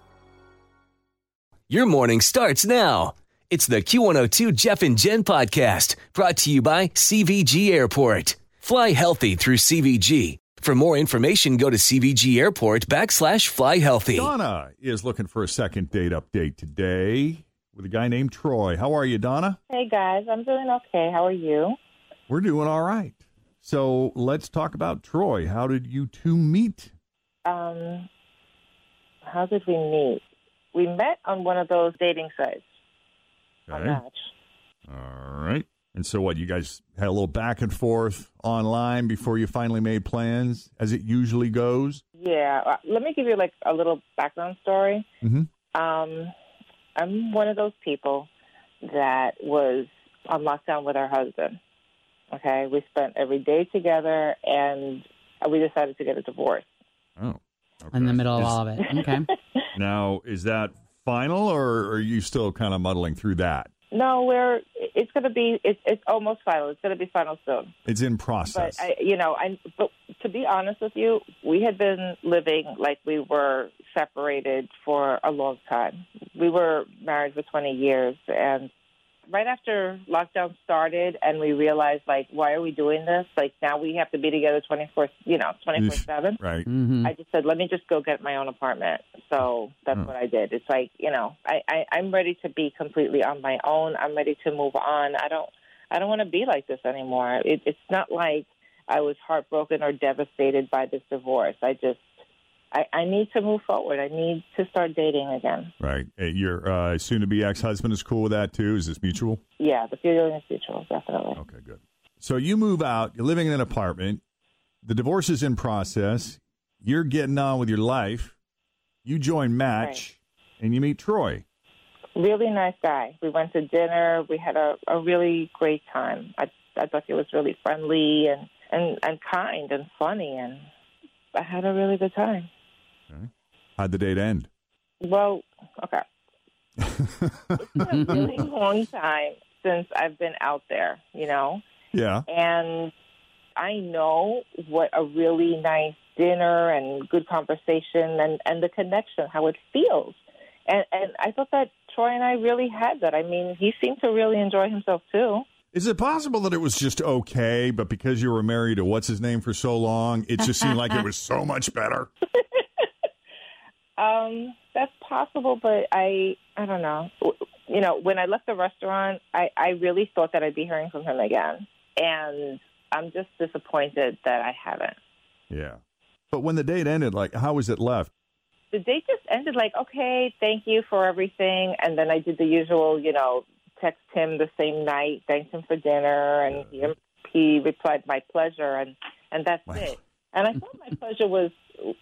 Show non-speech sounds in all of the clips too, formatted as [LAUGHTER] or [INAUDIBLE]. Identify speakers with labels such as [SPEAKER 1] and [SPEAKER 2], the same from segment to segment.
[SPEAKER 1] Your morning starts now. It's the Q102 Jeff and Jen podcast brought to you by CVG Airport. Fly healthy through CVG. For more information, go to CVG Airport backslash fly healthy.
[SPEAKER 2] Donna is looking for a second date update today with a guy named Troy. How are you, Donna?
[SPEAKER 3] Hey guys, I'm doing okay. How are you?
[SPEAKER 2] We're doing all right. So let's talk about Troy. How did you two meet?
[SPEAKER 3] Um, how did we meet? We met on one of those dating sites. On Match.
[SPEAKER 2] All right. And so what? You guys had a little back and forth online before you finally made plans, as it usually goes.
[SPEAKER 3] Yeah. uh, Let me give you like a little background story.
[SPEAKER 2] Mhm.
[SPEAKER 3] Um, I'm one of those people that was on lockdown with her husband. Okay, we spent every day together, and we decided to get a divorce.
[SPEAKER 2] Oh. okay.
[SPEAKER 4] in the middle of
[SPEAKER 2] Is-
[SPEAKER 4] all of it. Okay.
[SPEAKER 2] Now, is that final, or are you still kind of muddling through that?
[SPEAKER 3] No, we're it's going to be it's it's almost final. It's going to be final soon.
[SPEAKER 2] It's in process.
[SPEAKER 3] But I, you know, I but to be honest with you, we had been living like we were separated for a long time. We were married for 20 years, and right after lockdown started, and we realized like, why are we doing this? Like now we have to be together 24, you know, 24 seven.
[SPEAKER 2] right.
[SPEAKER 4] hmm
[SPEAKER 3] I just said, let me just go get my own apartment. So that's
[SPEAKER 2] Hmm.
[SPEAKER 3] what I did. It's like, you know, I, I, I'm ready to be completely on my own. I'm ready to move on. I don't, I don't want to be like this anymore. It, it's not like I was heartbroken or devastated by this divorce. I just, I, I need to move forward. I need to start dating again.
[SPEAKER 2] Right. Uh, Your uh, soon-to-be ex-husband is cool with that too. Is this mutual?
[SPEAKER 3] Yeah, the feeling is mutual, definitely.
[SPEAKER 2] Okay, good. So you move out, you're living in an apartment, the divorce is in process, you're getting on with your life, you join Match, and you meet Troy.
[SPEAKER 3] Really nice guy. We went to dinner. We had a, a really great time. I, I thought he was really friendly and, and, and kind and funny, and I had a really good time.
[SPEAKER 2] How'd the date end?
[SPEAKER 3] Well, okay. It's been a really long time since I've been out there, you know,
[SPEAKER 2] Yeah.
[SPEAKER 3] and I know what a really nice dinner and good conversation and, and the connection, how it feels. And, and I thought that Troy and I really had that. I mean, he seemed to really enjoy himself too.
[SPEAKER 2] Is it possible that it was just okay, but because you were married to what's his name for so long, it just seemed like it was so much better?
[SPEAKER 3] Um, that's possible, but I I don't know. You know, when I left the restaurant, I I really thought that I'd be hearing from him again, and I'm just disappointed that I haven't.
[SPEAKER 2] Yeah. But when the date ended, like how was it left?
[SPEAKER 3] The date just ended like, okay, thank you for everything, and then I did the usual, you know, text him the same night, thanked him for dinner, and he, he replied, my pleasure, and and that's
[SPEAKER 2] Wow.
[SPEAKER 3] it. And I thought my pleasure was,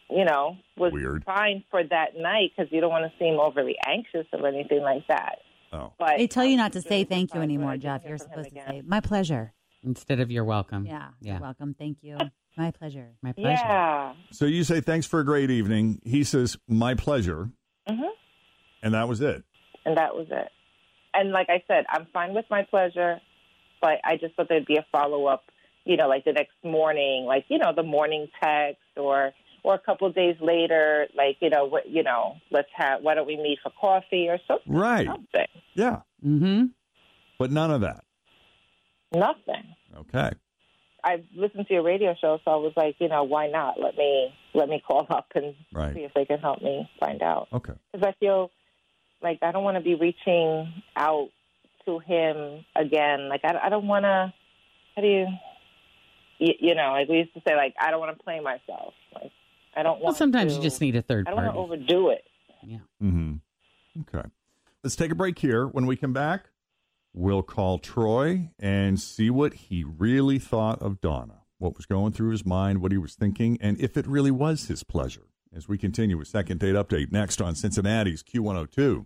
[SPEAKER 3] you know, was
[SPEAKER 2] Weird.
[SPEAKER 3] fine for that night because you don't want to seem overly anxious or anything like that.
[SPEAKER 2] Oh.
[SPEAKER 3] But
[SPEAKER 5] They tell you not to
[SPEAKER 3] I'm
[SPEAKER 5] say
[SPEAKER 3] really
[SPEAKER 5] thank you
[SPEAKER 3] surprised when I
[SPEAKER 5] anymore,
[SPEAKER 3] didn't
[SPEAKER 5] Jeff.
[SPEAKER 3] hear
[SPEAKER 5] You're
[SPEAKER 3] from him
[SPEAKER 5] supposed to
[SPEAKER 3] again.
[SPEAKER 5] say, my pleasure.
[SPEAKER 4] Instead of you're welcome.
[SPEAKER 5] Yeah.
[SPEAKER 4] Yeah.
[SPEAKER 5] You're welcome. Thank you. My pleasure.
[SPEAKER 4] My pleasure.
[SPEAKER 3] Yeah.
[SPEAKER 2] So you say thanks for a great evening. He says, My pleasure.
[SPEAKER 3] Mhm.
[SPEAKER 2] And that was it.
[SPEAKER 3] And that was it. And like I said, I'm fine with my pleasure, but I just thought there'd be a follow up, you know, like the next morning, like, you know, the morning text or or a couple days later, like, you know, what you know, let's have why don't we meet for coffee or something
[SPEAKER 2] Right.
[SPEAKER 3] something.
[SPEAKER 2] Yeah.
[SPEAKER 4] Mm-hmm.
[SPEAKER 2] But none of that.
[SPEAKER 3] Nothing.
[SPEAKER 2] Okay.
[SPEAKER 3] I listened to your radio show, so I was like, you know, why not? Let me let me call up and
[SPEAKER 2] Right.
[SPEAKER 3] see if they can help me find out.
[SPEAKER 2] Okay.
[SPEAKER 3] because I feel Like, I don't want to be reaching out to him again. Like, I, I don't want to, how do you, you, you know, like we used to say, like, I don't want to play myself. Like, I don't want
[SPEAKER 6] Well, sometimes you
[SPEAKER 3] to-
[SPEAKER 6] just need a third
[SPEAKER 3] I don't want
[SPEAKER 6] party.
[SPEAKER 3] to overdo it.
[SPEAKER 2] Mm-hmm. Okay. Let's take a break here. When we come back, we'll call Troy and see what he really thought of Donna, what was going through his mind, what he was thinking, and if it really was his pleasure. As we continue with Second Date Update next on Cincinnati's Q102. In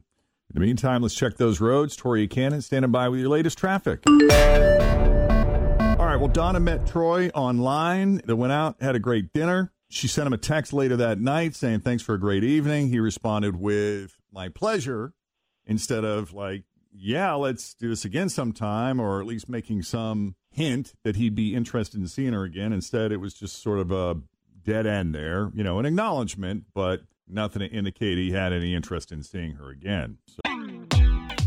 [SPEAKER 2] the meantime, let's check those roads. Tori Cannon standing by with your latest traffic. All right. Well, Donna met Troy online. They went out, had a great dinner. She sent him a text later that night saying, Thanks for a great evening. He responded with, My pleasure, instead of like, Yeah, let's do this again sometime, or at least making some hint that he'd be interested in seeing her again. Instead, it was just sort of a dead end there, you know, an acknowledgement, but nothing to indicate he had any interest in seeing her again. So.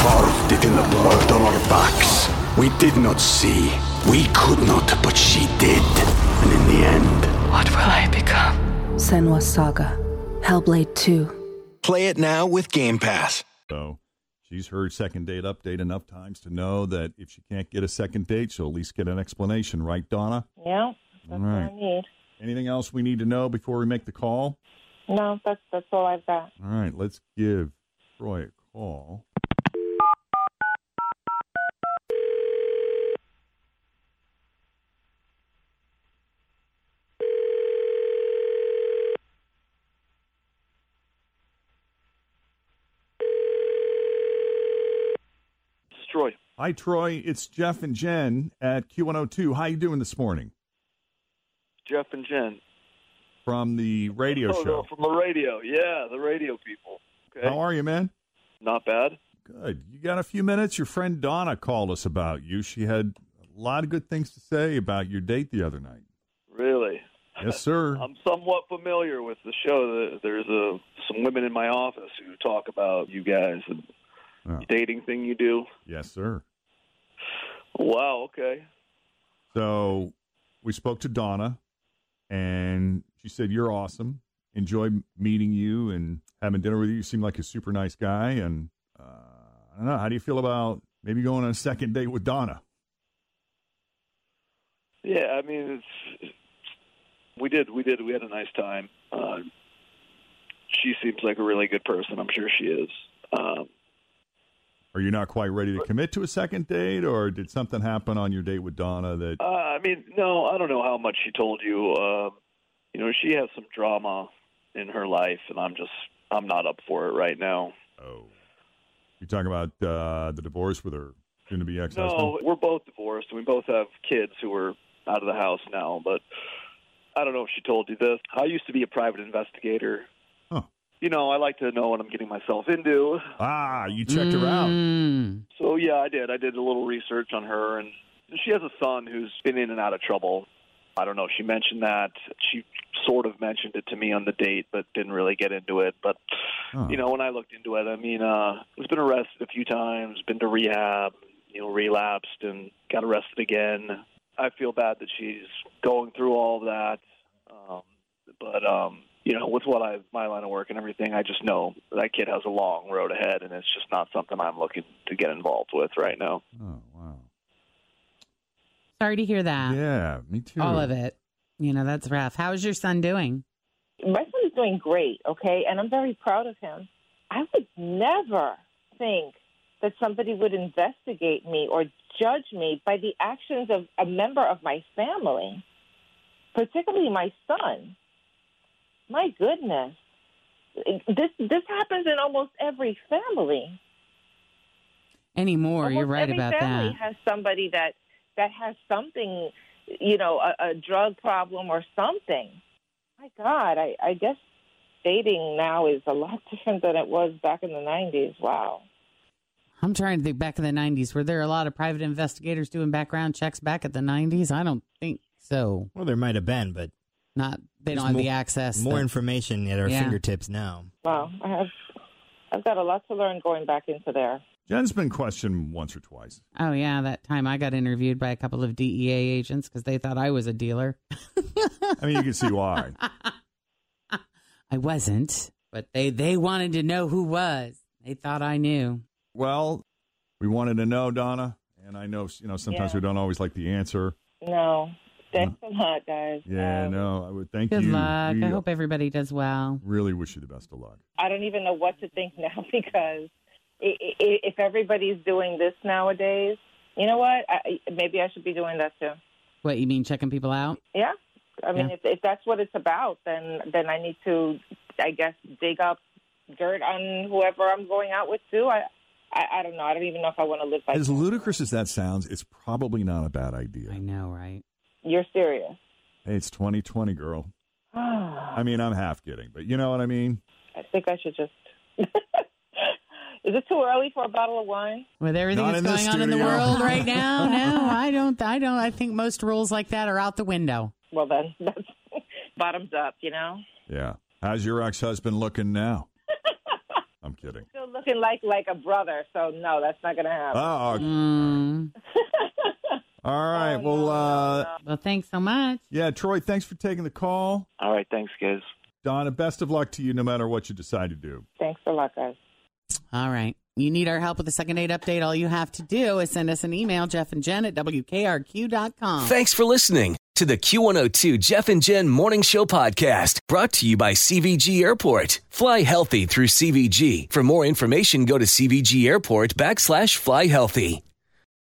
[SPEAKER 7] Carved it in the blood on our backs. We did not see. We could not, but she did. And in the end,
[SPEAKER 8] What will I become? Senwa Saga. Hellblade 2.
[SPEAKER 9] Play it now with Game Pass.
[SPEAKER 2] So she's heard second date update enough times to know that if she can't get a second date, she'll at least get an explanation, right, Donna?
[SPEAKER 3] Yeah, that's
[SPEAKER 2] Right.
[SPEAKER 3] what I need.
[SPEAKER 2] Anything else we need to know before we make the call?
[SPEAKER 3] No, that's that's all I've got.
[SPEAKER 2] All right, let's give Troy a call.
[SPEAKER 10] Troy.
[SPEAKER 2] Hi, Troy. It's Jeff and Jen at Q102. How you doing this morning
[SPEAKER 10] Jeff and Jen.
[SPEAKER 2] from the radio show?
[SPEAKER 10] oh, No, from the radio. Yeah, the radio people. Okay.
[SPEAKER 2] How are you, man?
[SPEAKER 10] Not bad.
[SPEAKER 2] Good. You got a few minutes? Your friend Donna called us about you. She had a lot of good things to say about your date the other night.
[SPEAKER 10] Really.
[SPEAKER 2] Yes, sir.
[SPEAKER 10] I'm somewhat familiar with the show. There's uh some women in my office who talk about you guys and
[SPEAKER 2] Oh.
[SPEAKER 10] dating thing you do.
[SPEAKER 2] Yes, sir.
[SPEAKER 10] Wow. Okay.
[SPEAKER 2] So we spoke to Donna, and she said, You're awesome. Enjoyed meeting you and having dinner with you. You seem like a super nice guy. And uh, I don't know. How do you feel about maybe going on a second date with Donna?
[SPEAKER 10] Yeah. I mean, it's we did. We did. We had a nice time. Uh, she seems like a really good person. I'm sure she is. Um,
[SPEAKER 2] Are you not quite ready to commit to a second date, or did something happen on your date with Donna that.
[SPEAKER 10] Uh, I mean, no, I don't know how much she told you. Uh, you know, she has some drama in her life, and I'm just I'm not up for it right now.
[SPEAKER 2] Oh. You're talking about uh, the divorce with her soon to be ex husband?
[SPEAKER 10] No, we're both divorced. and We both have kids who are out of the house now, but I don't know if she told you this. I used to be a private investigator.
[SPEAKER 2] Huh.
[SPEAKER 10] You know, I like to know what I'm getting myself into.
[SPEAKER 2] Ah, you checked her out.
[SPEAKER 6] Mm.
[SPEAKER 10] So yeah, I did. I did a little research on her, and she has a son who's been in and out of trouble. I don't know. She mentioned that. She sort of mentioned it to me on the date, but didn't really get into it. But
[SPEAKER 2] Huh.
[SPEAKER 10] you know, when I looked into it, I mean, uh, has been arrested a few times, been to rehab, you know, relapsed and got arrested again. I feel bad that she's going through all of that. Um, but um, you know, with what I my line of work and everything, I just know that kid has a long road ahead, and it's just not something I'm looking to get involved with right now.
[SPEAKER 2] Oh, wow.
[SPEAKER 6] Sorry to hear that.
[SPEAKER 2] Yeah, me too.
[SPEAKER 6] All of it. You know, that's rough. How's your son doing?
[SPEAKER 3] My son is doing great, okay, and I'm very proud of him. I would never think that somebody would investigate me or judge me by the actions of a member of my family, particularly my son. My goodness, this this happens in almost every family.
[SPEAKER 6] Anymore, you're
[SPEAKER 3] Almost
[SPEAKER 6] right
[SPEAKER 3] every
[SPEAKER 6] about
[SPEAKER 3] family
[SPEAKER 6] that.
[SPEAKER 3] has somebody that that has something, you know, a, a drug problem or something. My God, I, I guess dating now is a lot [LAUGHS] different than it was back in the 90s. Wow.
[SPEAKER 6] I'm trying to think back in the 90s. Were there a lot of private investigators doing background checks back at the 90s? I don't think so.
[SPEAKER 11] Well, there might have been, but
[SPEAKER 6] not they
[SPEAKER 11] there's
[SPEAKER 6] don't have the
[SPEAKER 11] more-
[SPEAKER 6] access.
[SPEAKER 11] More
[SPEAKER 6] that-
[SPEAKER 11] information at our
[SPEAKER 6] Yeah.
[SPEAKER 11] fingertips now.
[SPEAKER 3] Wow. I have, I've got a lot to learn going back into there.
[SPEAKER 2] Jen's been questioned once or twice.
[SPEAKER 6] Oh yeah, that time I got interviewed by a couple of DEA agents because they thought I was a dealer.
[SPEAKER 2] I mean, you can see
[SPEAKER 6] [LAUGHS]
[SPEAKER 2] why.
[SPEAKER 6] I wasn't, but they they wanted to know who was. They thought I knew.
[SPEAKER 2] Well, we wanted to know, Donna, and I know you know sometimes
[SPEAKER 3] Yeah.
[SPEAKER 2] we don't always like the answer.
[SPEAKER 3] No. Thanks a lot, guys.
[SPEAKER 2] Yeah,
[SPEAKER 3] Um,
[SPEAKER 2] no, I would thank
[SPEAKER 6] Good
[SPEAKER 2] you.
[SPEAKER 6] luck.
[SPEAKER 2] We
[SPEAKER 6] I hope everybody does well.
[SPEAKER 2] really wish you the best of luck.
[SPEAKER 3] I don't even know what to think [LAUGHS] now because i- i- if everybody's doing this nowadays, you know what? I, I- maybe I should be doing that too.
[SPEAKER 6] What you mean checking people out?
[SPEAKER 3] Yeah. I mean,
[SPEAKER 6] Yeah.
[SPEAKER 3] if, if that's what it's about, then then I need to, I guess, dig up dirt on whoever I'm going out with too. I, I, I don't know. I don't even know if I want to live by.
[SPEAKER 2] As ludicrous as that sounds, it's probably not a bad idea.
[SPEAKER 6] I know, right?
[SPEAKER 3] You're serious.
[SPEAKER 2] Hey, it's 2020,
[SPEAKER 6] [SIGHS]
[SPEAKER 2] girl.
[SPEAKER 3] I
[SPEAKER 2] I mean, I'm half kidding, but you know what I mean?
[SPEAKER 3] think I should just. [LAUGHS] Is it too early for a bottle of wine?
[SPEAKER 6] With everything
[SPEAKER 2] Not
[SPEAKER 6] that's
[SPEAKER 2] in this
[SPEAKER 6] going on in the
[SPEAKER 2] studio.
[SPEAKER 6] world [LAUGHS] right now, no, I don't. I don't. I think most rules like that are out the window.
[SPEAKER 3] Well, then [LAUGHS] that's bottoms up. You know,
[SPEAKER 2] Yeah. How's your ex husband looking now? I'm kidding.
[SPEAKER 3] still looking like like a brother. So no, that's not gonna happen.
[SPEAKER 2] Oh, okay.
[SPEAKER 6] Mm.
[SPEAKER 2] all right. Well, uh,
[SPEAKER 6] Well, thanks so much.
[SPEAKER 2] yeah, Troy, thanks for taking the call.
[SPEAKER 10] All right, thanks, guys.
[SPEAKER 2] Donna, best of luck to you no matter what you decide to do.
[SPEAKER 3] Thanks a lot, guys.
[SPEAKER 6] All right. You need our help with the second aid update. All you have to do is send us an email, Jeff and Jen at WKRQ.com.
[SPEAKER 1] Thanks for listening to the Q102 Jeff and Jen Morning Show Podcast, brought to you by CVG Airport. Fly healthy through CVG. For more information, go to CVG Airport backslash fly healthy.